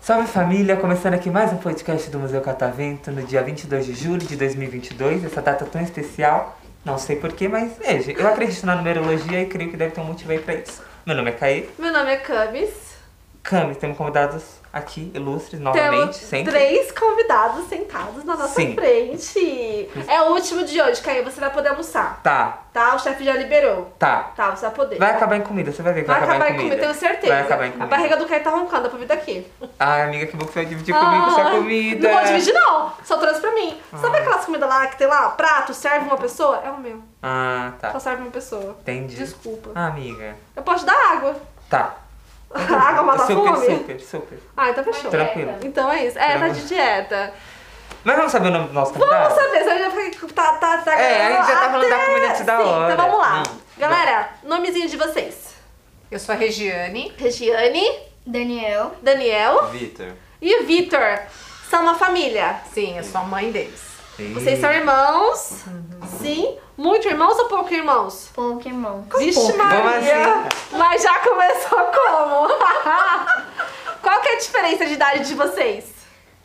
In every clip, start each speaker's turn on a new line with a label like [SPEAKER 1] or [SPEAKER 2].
[SPEAKER 1] Salve família, começando aqui mais um podcast do Museu Catavento no dia 22 de julho de 2022, essa data tão especial, não sei porquê, mas é, eu acredito na numerologia e creio que deve ter um motivo aí pra isso. Meu nome é Caí.
[SPEAKER 2] Meu nome é Camis.
[SPEAKER 1] Camis, temos convidados aqui, ilustres, novamente,
[SPEAKER 2] Temos
[SPEAKER 1] sempre.
[SPEAKER 2] três convidados sentados na nossa
[SPEAKER 1] Sim.
[SPEAKER 2] frente. É o último de hoje, Caí. Você vai poder almoçar,
[SPEAKER 1] Tá,
[SPEAKER 2] tá? O chefe já liberou.
[SPEAKER 1] tá.
[SPEAKER 2] Tá, você vai poder.
[SPEAKER 1] Vai acabar em comida, você vai ver que vai,
[SPEAKER 2] acabar
[SPEAKER 1] em comida.
[SPEAKER 2] tenho certeza.
[SPEAKER 1] Vai acabar em comida.
[SPEAKER 2] A barriga do Caí tá roncando, dá pra vir daqui.
[SPEAKER 1] Ai, amiga, que bom que você vai dividir comigo sua
[SPEAKER 2] Ai,
[SPEAKER 1] comida.
[SPEAKER 2] Ah,
[SPEAKER 1] Ah.
[SPEAKER 2] Não vou dividir, não. Só trouxe pra mim. Sabe aquelas comidas lá que tem lá? Prato, serve uma pessoa? É o meu.
[SPEAKER 1] Ah,
[SPEAKER 2] Só
[SPEAKER 1] tá.
[SPEAKER 2] serve uma pessoa.
[SPEAKER 1] Entendi.
[SPEAKER 2] Desculpa.
[SPEAKER 1] Ah, amiga.
[SPEAKER 2] Eu posso dar água.
[SPEAKER 1] Tá.
[SPEAKER 2] água mata a
[SPEAKER 1] super,
[SPEAKER 2] fome?
[SPEAKER 1] super, super.
[SPEAKER 2] Ah, então fechou.
[SPEAKER 1] Tranquilo.
[SPEAKER 2] Então é isso. É, tá de dieta.
[SPEAKER 1] Mas vamos saber o nome do nosso
[SPEAKER 2] Vamos
[SPEAKER 1] convidado?
[SPEAKER 2] saber, senão a gente vai ficar. Tá, tá, tá,
[SPEAKER 1] É, a gente já tá falando da comida antes da
[SPEAKER 2] Sim,
[SPEAKER 1] hora.
[SPEAKER 2] Então vamos lá.
[SPEAKER 1] Hum,
[SPEAKER 2] Galera, nomezinho de vocês:
[SPEAKER 3] Eu sou a Regiane.
[SPEAKER 2] Regiane,
[SPEAKER 4] Daniel.
[SPEAKER 2] Daniel
[SPEAKER 5] Vitor.
[SPEAKER 2] e Vitor. São uma família.
[SPEAKER 3] Sim, eu sou a mãe deles.
[SPEAKER 2] Vocês são irmãos? Sim. Muito irmãos ou pouco irmãos?
[SPEAKER 4] Pokémon.
[SPEAKER 2] Vixe,
[SPEAKER 1] Vamos
[SPEAKER 2] Maria!
[SPEAKER 1] assim.
[SPEAKER 2] Mas já começou como? Qual que é a diferença de idade de vocês?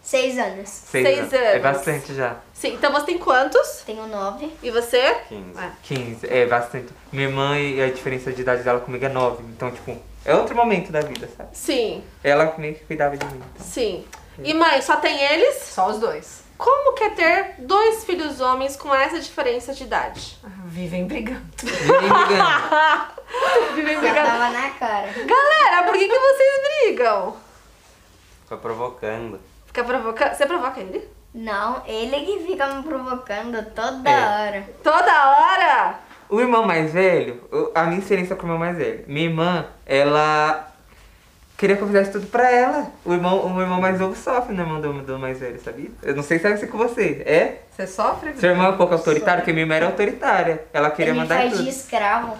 [SPEAKER 4] Seis anos.
[SPEAKER 1] Seis
[SPEAKER 2] seis
[SPEAKER 1] anos. É
[SPEAKER 2] anos.
[SPEAKER 1] bastante já.
[SPEAKER 2] Sim, então você tem quantos?
[SPEAKER 4] Tenho nove.
[SPEAKER 2] E você?
[SPEAKER 5] 15.
[SPEAKER 2] Ah,
[SPEAKER 1] 15, é bastante. Minha irmã e a diferença de idade dela comigo é 9. Então, tipo, é outro momento da vida, sabe?
[SPEAKER 2] Sim,
[SPEAKER 1] Ela meio que cuidava de mim.
[SPEAKER 2] sim. E mãe, só tem eles?
[SPEAKER 3] Só os dois.
[SPEAKER 2] Como que é ter dois filhos homens com essa diferença de idade?
[SPEAKER 3] Vivem brigando.
[SPEAKER 1] Ninguém me engana.
[SPEAKER 2] Vivem
[SPEAKER 4] Já
[SPEAKER 2] brigando.
[SPEAKER 4] tava na cara.
[SPEAKER 2] Galera, por que, que vocês brigam?
[SPEAKER 5] Foi provocando.
[SPEAKER 2] Fica provocando. Você provoca ele?
[SPEAKER 4] Não, ele que fica me provocando toda
[SPEAKER 1] É.
[SPEAKER 4] hora.
[SPEAKER 2] Toda hora?
[SPEAKER 1] O irmão mais velho, o- a minha experiência com o irmão mais velho. Minha irmã, ela queria que eu fizesse tudo pra ela. O irmão, o irmão mais novo sofre no irmão do, do mais velho, sabia? Eu não sei se é assim com você. É?
[SPEAKER 3] Você sofre?
[SPEAKER 1] Seu irmão é um pouco autoritário, porque minha irmã era autoritária. Ela queria
[SPEAKER 4] ele me
[SPEAKER 1] mandar em
[SPEAKER 4] faz
[SPEAKER 1] tudo.
[SPEAKER 4] de escravo.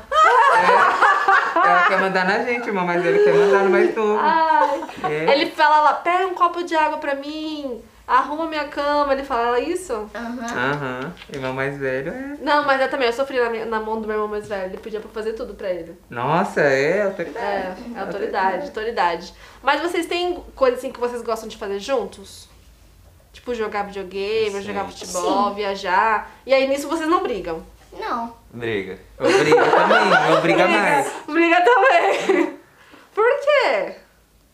[SPEAKER 1] Ela quer mandar na gente, o irmão mais velho quer mandar no mais novo.
[SPEAKER 2] Ai.
[SPEAKER 1] É.
[SPEAKER 2] Ah, Ele fala lá, pega um copo de água pra mim, arruma minha cama. Ele fala isso?
[SPEAKER 4] Aham.
[SPEAKER 2] Ah.
[SPEAKER 1] Aham, irmão mais velho é.
[SPEAKER 2] Não, mas eu também, eu sofri na, minha- na mão do meu irmão mais velho. Ele pedia pra fazer tudo pra ele.
[SPEAKER 1] Nossa, é autoridade.
[SPEAKER 2] É, é autoridade, autoridade. Mas vocês têm coisa assim que vocês gostam de fazer juntos? Tipo, jogar videogame,
[SPEAKER 5] Sim.
[SPEAKER 2] jogar futebol, viajar. E aí nisso vocês não brigam.
[SPEAKER 4] Não.
[SPEAKER 5] Briga.
[SPEAKER 1] Obriga também, obriga mais.
[SPEAKER 2] Briga também. Por quê?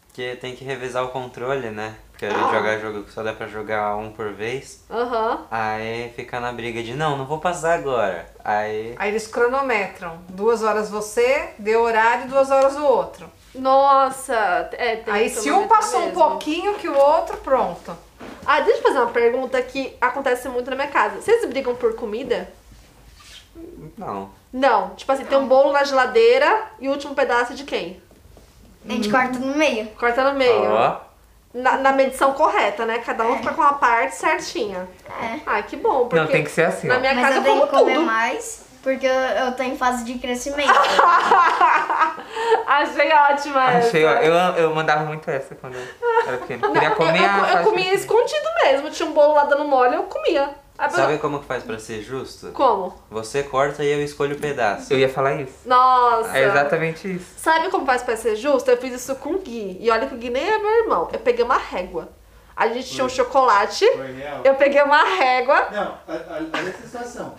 [SPEAKER 5] Porque tem que revisar o controle, né? Porque a gente jogar jogo que só dá pra jogar um por vez.
[SPEAKER 2] Aham.
[SPEAKER 5] Aí fica na briga de não, não vou passar agora. Aí.
[SPEAKER 3] Aí eles cronometram. Duas horas você, deu horário, duas horas o outro.
[SPEAKER 2] Nossa. é, tem
[SPEAKER 3] Aí
[SPEAKER 2] que
[SPEAKER 3] se
[SPEAKER 2] tomar
[SPEAKER 3] um
[SPEAKER 2] muito
[SPEAKER 3] passou um
[SPEAKER 2] mesmo.
[SPEAKER 3] pouquinho que o outro, pronto.
[SPEAKER 2] Ah, deixa eu fazer uma pergunta que acontece muito na minha casa. Vocês brigam por comida?
[SPEAKER 5] Não.
[SPEAKER 2] Não. Tipo assim, tem um bolo na geladeira e o último pedaço é de quem?
[SPEAKER 4] A gente corta no meio.
[SPEAKER 2] Corta no meio.
[SPEAKER 5] Ó.
[SPEAKER 2] Na, na medição correta, né? Cada um fica com a parte certinha.
[SPEAKER 4] É.
[SPEAKER 2] Ai, que bom, porque
[SPEAKER 1] Não, tem que ser assim,
[SPEAKER 2] na
[SPEAKER 1] ó.
[SPEAKER 2] minha
[SPEAKER 4] Mas
[SPEAKER 2] É casa
[SPEAKER 4] eu
[SPEAKER 2] eu
[SPEAKER 4] tenho
[SPEAKER 2] como
[SPEAKER 4] que comer
[SPEAKER 2] tudo.
[SPEAKER 4] mais porque eu, eu tô em fase de crescimento.
[SPEAKER 2] Achei ótima
[SPEAKER 1] Achei, Ah, ó.
[SPEAKER 2] essa.
[SPEAKER 1] Eu, eu mandava muito essa quando eu era pequeno. Queria
[SPEAKER 2] Eu,
[SPEAKER 1] comer a assim.
[SPEAKER 2] eu, eu
[SPEAKER 1] faixa
[SPEAKER 2] comia
[SPEAKER 1] de-
[SPEAKER 2] escondido mesmo. Tinha um bolo lá dando mole, eu comia. Aí,
[SPEAKER 5] Sabe como que faz pra ser justo?
[SPEAKER 2] Como?
[SPEAKER 5] Você corta e eu escolho o pedaço.
[SPEAKER 1] Eu ia falar isso.
[SPEAKER 2] Nossa.
[SPEAKER 1] É exatamente isso.
[SPEAKER 2] Sabe como faz pra ser justo? Eu fiz isso com o Gui. E olha que o Gui nem é meu irmão. Eu peguei uma régua. A gente
[SPEAKER 1] Hum.
[SPEAKER 2] tinha um chocolate.
[SPEAKER 6] Foi real?
[SPEAKER 2] Eu peguei uma régua.
[SPEAKER 6] Não, a- a- olha essa situação.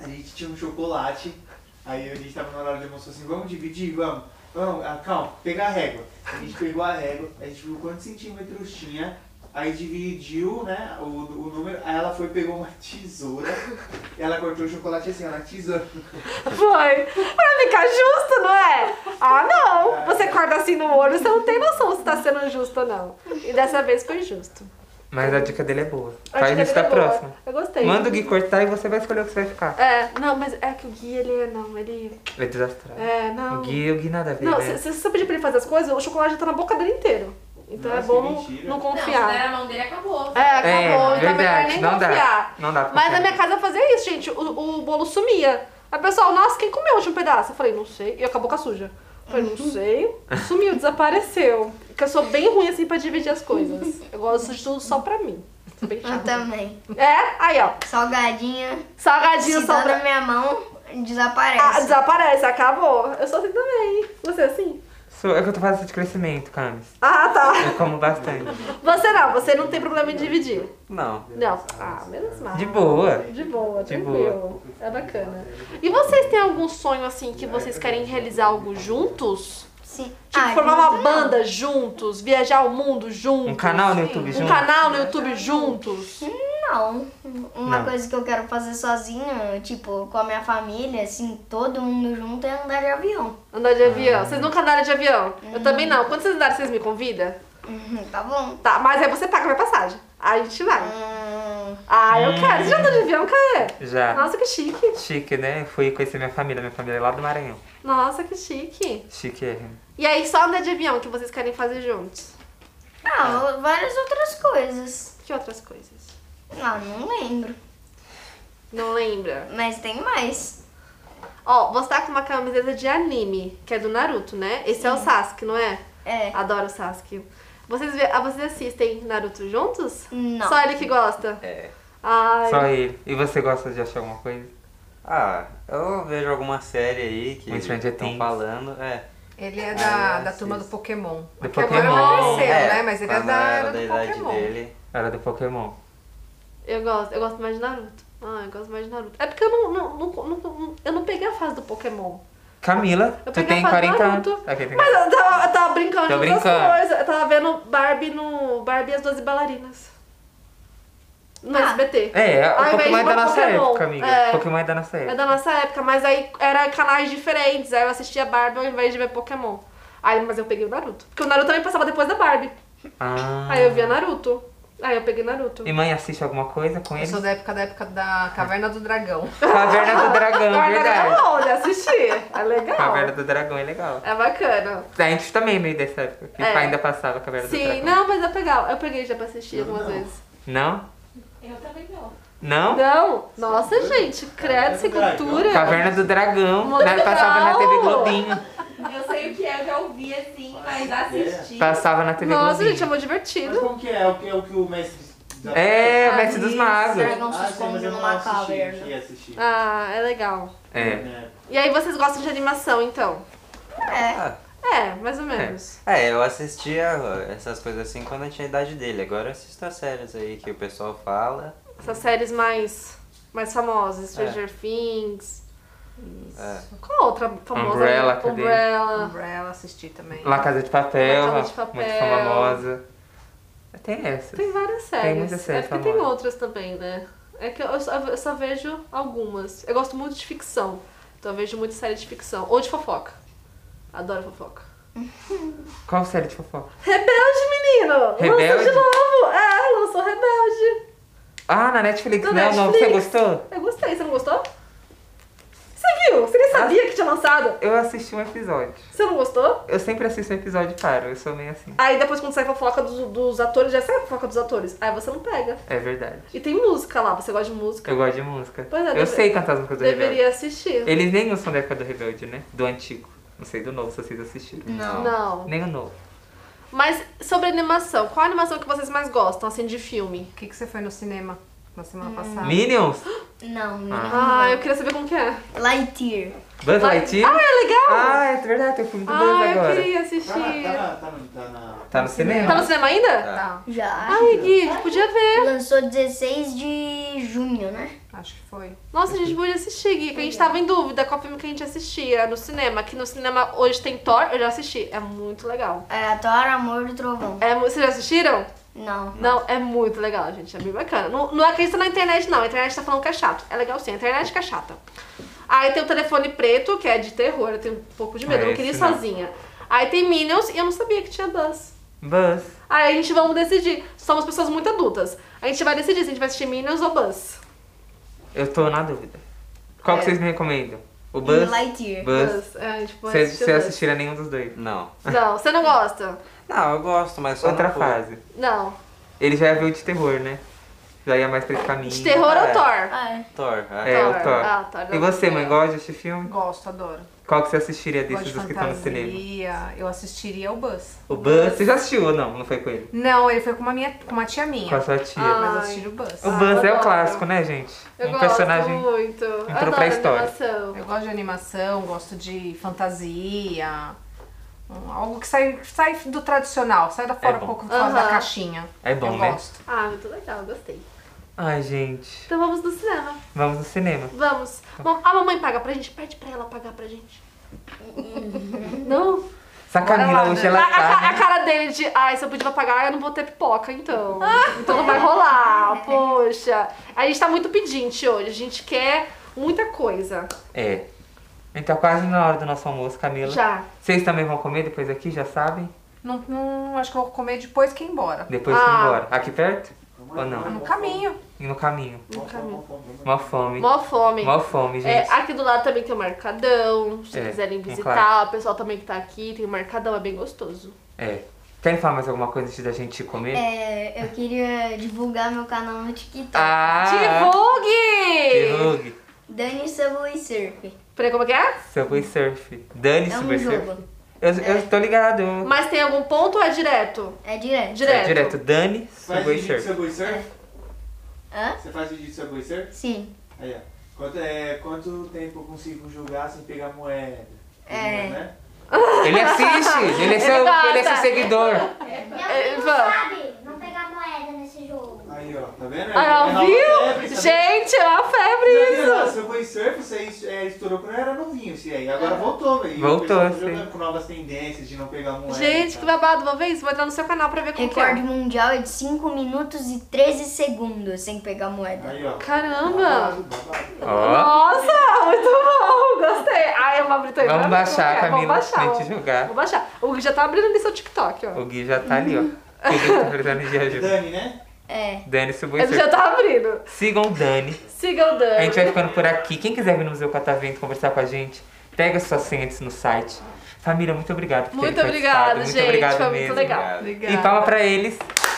[SPEAKER 6] A gente tinha um chocolate, aí a gente tava na hora do almoço assim, vamos dividir, vamos. Vamos, ah, calma, pega a régua. A gente pegou a régua, a gente viu quantos centímetros tinha, aí dividiu, né, o, o número, aí ela foi, pegou uma tesoura, ela cortou o chocolate assim, ó, na tesoura.
[SPEAKER 2] Foi. Pra ficar justo, não é? Ah,
[SPEAKER 1] É.
[SPEAKER 2] não. Você corta assim no olho, você não tem noção se tá sendo justo ou não. E dessa vez foi justo.
[SPEAKER 1] Mas a dica dele é boa.
[SPEAKER 2] A
[SPEAKER 1] Faz
[SPEAKER 2] dica
[SPEAKER 1] isso
[SPEAKER 2] dele
[SPEAKER 1] da
[SPEAKER 2] é boa.
[SPEAKER 1] próxima.
[SPEAKER 2] Eu gostei.
[SPEAKER 1] Manda o Gui cortar e você vai escolher o que você vai ficar.
[SPEAKER 2] É, não, mas é que o Gui, ele é, não, ele...
[SPEAKER 1] É desastrado.
[SPEAKER 2] É, não...
[SPEAKER 1] O Gui, o Gui nada a ver,
[SPEAKER 2] Não,
[SPEAKER 1] né?
[SPEAKER 2] se, se você pedir pra ele fazer as coisas, o chocolate já tá na boca dele inteiro. Então é
[SPEAKER 6] Nossa,
[SPEAKER 2] bom
[SPEAKER 6] que
[SPEAKER 2] não-
[SPEAKER 6] mentira.
[SPEAKER 7] Não,
[SPEAKER 2] não
[SPEAKER 7] se der
[SPEAKER 2] confiar.
[SPEAKER 7] na mão dele, acabou.
[SPEAKER 2] É, acabou. então é melhor
[SPEAKER 1] verdade,
[SPEAKER 2] nem
[SPEAKER 1] não
[SPEAKER 2] confiar.
[SPEAKER 1] dá. Não dá pra
[SPEAKER 2] Mas
[SPEAKER 1] confiar.
[SPEAKER 2] na minha casa eu fazia isso, gente. O, o bolo sumia. Aí o pessoal, nossa, quem comeu o último pedaço? Eu falei, não sei. E acabou com a suja. Eu falei, não sei. Sumiu, desapareceu. Porque eu sou bem ruim assim pra dividir as coisas. Eu gosto de tudo só pra mim. Tô bem
[SPEAKER 4] Eu
[SPEAKER 2] chata.
[SPEAKER 4] também.
[SPEAKER 2] É? Aí, ó.
[SPEAKER 4] Salgadinha.
[SPEAKER 2] Salgadinho
[SPEAKER 4] Se dá na
[SPEAKER 2] sobra.
[SPEAKER 4] minha mão, desaparece.
[SPEAKER 2] Ah, desaparece, acabou. Eu sou assim também. Você é assim?
[SPEAKER 1] Sou- É que eu tô fazendo de crescimento, Camis.
[SPEAKER 2] Ah, tá.
[SPEAKER 1] Eu como bastante.
[SPEAKER 2] Você não, você não tem problema em dividir.
[SPEAKER 5] Não.
[SPEAKER 2] Não. Ah, menos mal.
[SPEAKER 1] De boa.
[SPEAKER 2] De boa,
[SPEAKER 1] De
[SPEAKER 2] tranquilo. É bacana. E vocês têm algum sonho assim que vocês querem realizar algo juntos?
[SPEAKER 4] Sim.
[SPEAKER 2] Tipo,
[SPEAKER 4] Ah,
[SPEAKER 2] formar
[SPEAKER 4] junto
[SPEAKER 2] uma banda juntos, viajar o mundo juntos.
[SPEAKER 1] Um canal no YouTube
[SPEAKER 2] Um
[SPEAKER 1] junto.
[SPEAKER 2] canal no YouTube juntos.
[SPEAKER 4] Não. Uma
[SPEAKER 1] Não.
[SPEAKER 4] coisa que eu quero fazer sozinha, tipo, com a minha família, assim, todo mundo junto, é andar de avião.
[SPEAKER 2] Andar de avião. Vocês nunca andaram de avião? Eu também não. Quando vocês andarem, vocês me convidam?
[SPEAKER 4] Uhum, tá bom.
[SPEAKER 2] Tá, mas aí você paga minha passagem. Aí a gente vai.
[SPEAKER 4] Hum,
[SPEAKER 2] Ah, eu quero. Você já andou de avião, cara?
[SPEAKER 1] Já.
[SPEAKER 2] Nossa, que chique.
[SPEAKER 1] Chique, né? Eu Fui conhecer minha família. Minha família é lá do Maranhão.
[SPEAKER 2] Nossa, que chique.
[SPEAKER 1] Chique é.
[SPEAKER 2] E aí, só andar de avião que vocês querem fazer juntos?
[SPEAKER 1] É.
[SPEAKER 4] ah, várias outras coisas.
[SPEAKER 2] Que outras coisas?
[SPEAKER 4] Ah, não lembro.
[SPEAKER 2] Não lembra?
[SPEAKER 4] Mas tem mais.
[SPEAKER 2] Ó, você tá com uma camiseta de anime, que é do Naruto, né? Esse é o Sasuke, não é?
[SPEAKER 4] É.
[SPEAKER 2] Adoro o Sasuke. Vocês, vê, ah, vocês assistem Naruto juntos?
[SPEAKER 4] Não.
[SPEAKER 2] Só ele que gosta?
[SPEAKER 5] É.
[SPEAKER 2] Ai,
[SPEAKER 1] Só ele. E você gosta de achar alguma coisa?
[SPEAKER 5] Ah, eu vejo alguma série aí que
[SPEAKER 1] Muito Stranger
[SPEAKER 5] estão
[SPEAKER 1] Things.
[SPEAKER 5] falando. É.
[SPEAKER 3] Ele é da,
[SPEAKER 5] Ah,
[SPEAKER 3] da
[SPEAKER 5] sim.
[SPEAKER 3] turma do Pokémon.
[SPEAKER 1] Do
[SPEAKER 2] Que agora
[SPEAKER 3] Agora
[SPEAKER 1] Pokémon.
[SPEAKER 3] ele cresceu, né? Mas ele é
[SPEAKER 5] quando
[SPEAKER 3] da
[SPEAKER 5] eu
[SPEAKER 3] era
[SPEAKER 5] tá da
[SPEAKER 3] do
[SPEAKER 5] idade
[SPEAKER 3] Pokémon.
[SPEAKER 5] dele.
[SPEAKER 1] Era do Pokémon.
[SPEAKER 2] eu gosto, eu gosto mais de Naruto. Ah, eu gosto mais de Naruto. É porque eu não, não, não- não- eu não peguei a fase do Pokémon.
[SPEAKER 1] Camila,
[SPEAKER 2] Eu
[SPEAKER 1] tu
[SPEAKER 2] peguei
[SPEAKER 1] tem
[SPEAKER 2] a fase
[SPEAKER 1] 40
[SPEAKER 2] Naruto.
[SPEAKER 1] anos. Ok, tem-
[SPEAKER 2] Mas eu tava, eu tava
[SPEAKER 1] Tô
[SPEAKER 2] brincando de outras
[SPEAKER 1] brincando.
[SPEAKER 2] coisas. Eu tava vendo Barbie no. Barbie e as 12 balerinas. No
[SPEAKER 4] Ah.
[SPEAKER 2] SBT.
[SPEAKER 1] É, é
[SPEAKER 2] Ao
[SPEAKER 1] o Pokémon
[SPEAKER 2] invés
[SPEAKER 1] é
[SPEAKER 2] de
[SPEAKER 1] da
[SPEAKER 2] bom
[SPEAKER 1] nossa
[SPEAKER 2] Pokémon.
[SPEAKER 1] época, amiga.
[SPEAKER 2] É.
[SPEAKER 1] Pokémon é da nossa
[SPEAKER 2] É
[SPEAKER 1] época.
[SPEAKER 2] da nossa época, mas aí era canais diferentes. Aí eu assistia Barbie ao invés de ver Pokémon. Aí, mas eu peguei o Naruto. Porque o Naruto também passava depois da Barbie.
[SPEAKER 1] Ah.
[SPEAKER 2] Aí eu via Naruto. Aí eu peguei Naruto. Ah,
[SPEAKER 1] E mãe assiste alguma coisa com
[SPEAKER 3] Eu
[SPEAKER 1] ele?
[SPEAKER 3] sou da época da época da Caverna do Dragão.
[SPEAKER 1] Caverna do Dragão,
[SPEAKER 2] Agora é
[SPEAKER 1] verdade.
[SPEAKER 2] bom, né? Assisti. É legal.
[SPEAKER 1] Caverna do Dragão é legal.
[SPEAKER 2] É bacana.
[SPEAKER 1] A gente também é meio dessa época, que
[SPEAKER 2] É.
[SPEAKER 1] ainda passava Caverna do
[SPEAKER 2] Sim,
[SPEAKER 1] Dragão.
[SPEAKER 2] não, mas eu peguei, eu peguei já pra assistir algumas
[SPEAKER 6] não.
[SPEAKER 2] vezes.
[SPEAKER 1] Não?
[SPEAKER 7] Eu também não.
[SPEAKER 1] Não?
[SPEAKER 2] Não? Nossa, gente, credo, sem
[SPEAKER 6] Dragão.
[SPEAKER 2] cultura.
[SPEAKER 1] Caverna do Dragão,
[SPEAKER 2] Não.
[SPEAKER 1] né, passava na TV Globinho.
[SPEAKER 7] Eu sei o que é, eu já ouvi assim, mas
[SPEAKER 4] Tá
[SPEAKER 7] assisti.
[SPEAKER 1] Passava na TV
[SPEAKER 2] Nossa,
[SPEAKER 1] Globinho.
[SPEAKER 2] gente, é muito
[SPEAKER 6] É. Mas
[SPEAKER 2] divertido.
[SPEAKER 6] como que é? O que é o, que o mestre... da-
[SPEAKER 1] É, o Mestre dos
[SPEAKER 4] O
[SPEAKER 1] Magos.
[SPEAKER 4] dragão se
[SPEAKER 6] Ah, sim, mas
[SPEAKER 4] esconde
[SPEAKER 6] eu não
[SPEAKER 4] numa
[SPEAKER 6] assisti, eu
[SPEAKER 4] caverna.
[SPEAKER 6] queria assistir.
[SPEAKER 2] Ah, é legal.
[SPEAKER 1] É.
[SPEAKER 6] É.
[SPEAKER 2] E aí vocês gostam de animação, então?
[SPEAKER 4] É.
[SPEAKER 5] Ah,
[SPEAKER 2] É, mais ou menos.
[SPEAKER 5] é, eu assistia essas coisas assim quando eu tinha idade dele. Agora eu assisto as séries aí que o pessoal fala.
[SPEAKER 1] É.
[SPEAKER 2] Essas séries mais, mais famosas, Stranger Things.
[SPEAKER 5] É.
[SPEAKER 2] Qual outra famosa?
[SPEAKER 1] Umbrella, cadê?
[SPEAKER 2] Umbrella.
[SPEAKER 3] Umbrella assisti também.
[SPEAKER 1] La Casa de Papel,
[SPEAKER 2] La Casa de Papel.
[SPEAKER 1] muito famosa. Tem essa.
[SPEAKER 2] Tem várias séries.
[SPEAKER 1] muita série
[SPEAKER 2] é porque tem
[SPEAKER 1] famosa.
[SPEAKER 2] outras também, né? É que eu só, eu só vejo algumas. Eu gosto muito de ficção. Então eu vejo muita série de ficção. Ou de fofoca. Adoro fofoca.
[SPEAKER 1] Qual série de fofoca?
[SPEAKER 2] Rebelde, menino! Lança
[SPEAKER 1] Rebelde?
[SPEAKER 2] de novo! É, lançou Rebelde.
[SPEAKER 1] Ah, na Netflix,
[SPEAKER 2] Na
[SPEAKER 1] não, não. Você
[SPEAKER 2] Netflix.
[SPEAKER 1] gostou?
[SPEAKER 2] Eu gostei, você não gostou? Você viu? Você nem sabia que tinha lançado.
[SPEAKER 1] Eu assisti um episódio.
[SPEAKER 2] Você não gostou?
[SPEAKER 1] Eu sempre assisto um episódio e paro, eu sou meio assim.
[SPEAKER 2] Aí depois quando sai fofoca dos, dos atores, já sai a fofoca dos atores. Aí você não pega.
[SPEAKER 1] É verdade.
[SPEAKER 2] E tem música lá, você gosta de música?
[SPEAKER 1] Eu gosto de música.
[SPEAKER 2] Pois é,
[SPEAKER 1] eu
[SPEAKER 2] deve-
[SPEAKER 1] sei cantar as músicas do Rebelde.
[SPEAKER 2] Deveria assistir.
[SPEAKER 1] Eles nem são da época do Rebelde, né? Do antigo. Não sei do novo, se vocês assistiram.
[SPEAKER 5] Não.
[SPEAKER 2] Não.
[SPEAKER 1] Nem o novo.
[SPEAKER 2] Mas sobre animação, qual a animação que vocês mais gostam, assim, de filme?
[SPEAKER 3] O que, que você foi no cinema na
[SPEAKER 2] Hum.
[SPEAKER 3] semana
[SPEAKER 2] Tá.
[SPEAKER 3] passada?
[SPEAKER 1] Minions?
[SPEAKER 4] Não, não.
[SPEAKER 2] Ah, eu queria saber como que é.
[SPEAKER 4] Lightyear.
[SPEAKER 1] Buzz Lightyear?
[SPEAKER 2] Ah, é legal!
[SPEAKER 1] Ah, é verdade, tem o filme do Buzz
[SPEAKER 2] Ah, eu
[SPEAKER 1] agora.
[SPEAKER 2] queria
[SPEAKER 6] Tá na... Tá
[SPEAKER 2] assistir.
[SPEAKER 6] na... Tá na... Tá na...
[SPEAKER 1] Tá no cinema?
[SPEAKER 2] Tá no cinema ainda?
[SPEAKER 3] Tá,
[SPEAKER 4] Já.
[SPEAKER 2] Ai, Gui, a gente podia ver.
[SPEAKER 4] Lançou 16 de junho, né?
[SPEAKER 3] acho que foi.
[SPEAKER 2] Nossa, a gente podia assistir, Gui, que a gente tava em dúvida qual filme que a gente assistia no cinema. Que no cinema hoje tem Thor, eu já assisti. É muito legal.
[SPEAKER 4] É, Adoro Amor do Trovão.
[SPEAKER 2] É, mu- vocês já assistiram?
[SPEAKER 4] Não.
[SPEAKER 2] Não, é muito legal, gente. É bem bacana. Não, não acredita na internet, não. A internet tá falando que é chato. É legal sim, a internet que é chata. Aí tem o telefone preto, que é de terror. Eu tenho um pouco de medo, eu não
[SPEAKER 1] É,
[SPEAKER 2] queria ir
[SPEAKER 1] esse não.
[SPEAKER 2] sozinha. Aí tem Minions e eu não sabia que tinha Buzz.
[SPEAKER 1] Buzz.
[SPEAKER 2] Aí a gente vamos decidir. Somos pessoas muito adultas. A gente vai decidir se a gente vai assistir Minions ou Buzz.
[SPEAKER 1] Eu tô na dúvida. Qual que vocês me recomendam? O
[SPEAKER 4] E
[SPEAKER 1] Buzz?
[SPEAKER 4] Lightyear.
[SPEAKER 1] Buzz.
[SPEAKER 2] É, a gente vai
[SPEAKER 1] Se
[SPEAKER 2] assistir
[SPEAKER 1] se eu
[SPEAKER 2] Buzz.
[SPEAKER 1] assistir a nenhum dos dois.
[SPEAKER 5] Não.
[SPEAKER 2] Não, você não gosta?
[SPEAKER 5] Não, eu gosto, mas só
[SPEAKER 1] Outra
[SPEAKER 5] não fui.
[SPEAKER 1] fase.
[SPEAKER 2] Não.
[SPEAKER 1] Ele já viu de terror, né? Já ia mais pra esse caminho.
[SPEAKER 2] De terror
[SPEAKER 5] É.
[SPEAKER 2] ou Thor?
[SPEAKER 4] Ah, é.
[SPEAKER 5] Thor, é.
[SPEAKER 1] É, o
[SPEAKER 2] Thor.
[SPEAKER 1] Thor.
[SPEAKER 2] Ah, Thor,
[SPEAKER 1] E
[SPEAKER 2] não.
[SPEAKER 1] você, mãe, gosta desse filme?
[SPEAKER 3] Gosto, adoro.
[SPEAKER 1] Qual que você assistiria
[SPEAKER 3] Gosto
[SPEAKER 1] desses
[SPEAKER 3] de
[SPEAKER 1] dos que estão no cinema?
[SPEAKER 3] fantasia. Eu assistiria o Buzz.
[SPEAKER 1] O Buzz, você já assistiu ou não? Não foi com ele?
[SPEAKER 3] Não, ele foi com uma, minha, com uma tia minha.
[SPEAKER 1] Com a sua tia.
[SPEAKER 2] Ah,
[SPEAKER 3] Mas eu assisti o Buzz.
[SPEAKER 1] o Buzz é
[SPEAKER 2] adoro.
[SPEAKER 1] o clássico, né, gente?
[SPEAKER 2] Eu
[SPEAKER 1] um
[SPEAKER 2] gosto
[SPEAKER 1] personagem.
[SPEAKER 2] muito. Entrou
[SPEAKER 1] pra história.
[SPEAKER 2] Animação.
[SPEAKER 3] Eu gosto de animação, gosto de fantasia. um- algo que sai, sai do tradicional, sai da fora
[SPEAKER 5] bom.
[SPEAKER 3] um pouco fora
[SPEAKER 2] Aham.
[SPEAKER 3] da caixinha.
[SPEAKER 1] É bom,
[SPEAKER 3] eu
[SPEAKER 1] né?
[SPEAKER 3] gosto.
[SPEAKER 2] Ah, muito legal, gostei.
[SPEAKER 1] Ai, gente.
[SPEAKER 2] Então vamos no cinema.
[SPEAKER 1] Vamos no cinema.
[SPEAKER 2] Vamos.
[SPEAKER 1] Tá.
[SPEAKER 2] Mam- A mamãe paga pra gente? Pede pra ela pagar pra gente. Não?
[SPEAKER 1] Essa Camila
[SPEAKER 3] lá, né?
[SPEAKER 1] hoje
[SPEAKER 2] A,
[SPEAKER 1] ela
[SPEAKER 2] a ca-
[SPEAKER 1] tá.
[SPEAKER 2] a cara dele de, ai, se eu podia pagar, eu não vou ter pipoca, então. Então não vai rolar, poxa. A gente tá muito pedinte hoje, a gente quer muita coisa.
[SPEAKER 1] É. Então quase na hora do nosso almoço, Camila.
[SPEAKER 2] Já.
[SPEAKER 1] Vocês também vão comer depois aqui, já sabem?
[SPEAKER 3] Não, não- acho que eu vou comer depois que ir embora.
[SPEAKER 1] Depois de ir
[SPEAKER 2] Ah.
[SPEAKER 1] embora. Aqui perto? Ou não?
[SPEAKER 3] No caminho.
[SPEAKER 1] E no caminho.
[SPEAKER 6] Mó
[SPEAKER 4] tá
[SPEAKER 6] fome, mó fome, mó
[SPEAKER 1] Mó fome.
[SPEAKER 2] Mó fome.
[SPEAKER 1] Mó fome,
[SPEAKER 2] É,
[SPEAKER 1] gente.
[SPEAKER 2] aqui do lado também tem o Mercadão, se
[SPEAKER 1] É,
[SPEAKER 2] quiserem
[SPEAKER 1] um
[SPEAKER 2] visitar, o pessoal também que tá aqui tem o Mercadão, é bem gostoso.
[SPEAKER 1] É. Querem falar mais alguma coisa antes da gente comer?
[SPEAKER 4] É, eu queria divulgar meu canal no TikTok.
[SPEAKER 1] Ah!
[SPEAKER 2] Divulgue!
[SPEAKER 1] Divulgue!
[SPEAKER 4] Dani Subway Surf.
[SPEAKER 2] Peraí, como é que é?
[SPEAKER 1] Subway Surf. Dane
[SPEAKER 4] É um
[SPEAKER 1] Subway Surf.
[SPEAKER 4] jogo.
[SPEAKER 1] Eu, eu tô ligado.
[SPEAKER 2] Mas tem algum ponto ou é direto?
[SPEAKER 4] É direto.
[SPEAKER 1] É
[SPEAKER 2] Direto.
[SPEAKER 1] direto. Dane
[SPEAKER 6] Faz
[SPEAKER 1] Subway
[SPEAKER 6] vídeo de
[SPEAKER 1] Surf.
[SPEAKER 6] Subway Surf?
[SPEAKER 4] Hã?
[SPEAKER 6] Você faz vídeo de Subway Surf?
[SPEAKER 4] Sim.
[SPEAKER 6] Aí, ó. Quanto, é, quanto tempo eu consigo jogar sem pegar moeda?
[SPEAKER 4] É.
[SPEAKER 6] Né?
[SPEAKER 1] Ele assiste! Ele é seu,
[SPEAKER 2] gosta.
[SPEAKER 1] ele é seu seguidor.
[SPEAKER 2] É, vamos.
[SPEAKER 8] sabe não pegar moeda nesse jogo.
[SPEAKER 6] Aí, ó. Tá vendo?
[SPEAKER 2] Ah,
[SPEAKER 6] É uma febre,
[SPEAKER 2] viu?
[SPEAKER 6] sabe?
[SPEAKER 2] Gente, é uma febre
[SPEAKER 6] Não,
[SPEAKER 2] isso.
[SPEAKER 6] Subway Surf, você es- é, estourou quando eu era novinho, se aí.
[SPEAKER 2] É.
[SPEAKER 6] Agora voltou, velho.
[SPEAKER 1] Voltou,
[SPEAKER 6] O pessoal tá
[SPEAKER 1] sim.
[SPEAKER 6] jogando com novas tendências de não pegar moeda.
[SPEAKER 2] Gente,
[SPEAKER 6] tá?
[SPEAKER 2] que babado, vou ver isso. Vou entrar no seu canal pra ver como que
[SPEAKER 4] Recorde
[SPEAKER 2] é.
[SPEAKER 4] mundial é de 5 minutos e 13 segundos sem pegar moeda.
[SPEAKER 6] Aí, ó.
[SPEAKER 2] Caramba!
[SPEAKER 6] Babado, babado.
[SPEAKER 1] Ó.
[SPEAKER 2] Nossa, muito bom, gostei. Ai, eu vou abrir também. pra
[SPEAKER 1] Vamos
[SPEAKER 2] ver
[SPEAKER 1] baixar,
[SPEAKER 2] como que é.
[SPEAKER 1] Camila,
[SPEAKER 2] Vamos
[SPEAKER 1] pra
[SPEAKER 2] baixar.
[SPEAKER 1] gente jogar.
[SPEAKER 2] Vou baixar. O Gui já tá abrindo ali seu TikTok, ó.
[SPEAKER 1] O Gui já tá ali, ó. O Gui tá precisando de ajuda.
[SPEAKER 6] Dani, né?
[SPEAKER 4] É.
[SPEAKER 1] Dani Subway
[SPEAKER 2] Ele já
[SPEAKER 1] Surf.
[SPEAKER 2] tá abrindo.
[SPEAKER 1] Sigam o Dani.
[SPEAKER 2] Siga o Dan.
[SPEAKER 1] A gente é vai ficando por aqui. Quem quiser vir no Museu Catavento conversar com a gente, pega suas senhas no site. Família, muito obrigado por terem
[SPEAKER 2] Muito
[SPEAKER 1] participado.
[SPEAKER 2] obrigada,
[SPEAKER 1] Muito
[SPEAKER 2] gente.
[SPEAKER 1] obrigado
[SPEAKER 2] Foi
[SPEAKER 1] mesmo.
[SPEAKER 2] muito legal.
[SPEAKER 5] Obrigado.
[SPEAKER 1] E palma pra eles.